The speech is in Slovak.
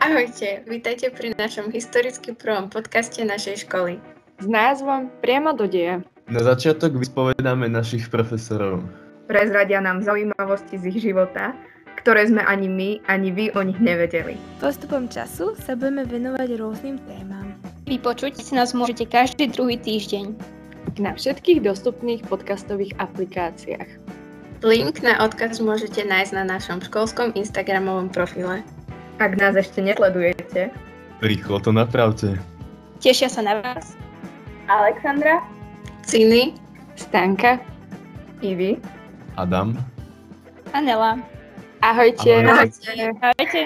Ahojte, vítajte pri našom historicky prvom podcaste našej školy. s názvom Priamo do deja. Na začiatok vyspovedáme našich profesorov. Prezradia nám zaujímavosti z ich života, ktoré sme ani my, ani vy o nich nevedeli. Postupom času sa budeme venovať rôznym témam. Vypočuť si nás môžete každý druhý týždeň. Na všetkých dostupných podcastových aplikáciách. Link na odkaz môžete nájsť na našom školskom Instagramovom profile. Ak nás ešte nesledujete, Rýchlo to napravte. Tešia sa na vás. Alexandra? Ciny? Stanka. i vy, Adam. Anela. Ahojte. Ahoj. Ahojte. Ahojte.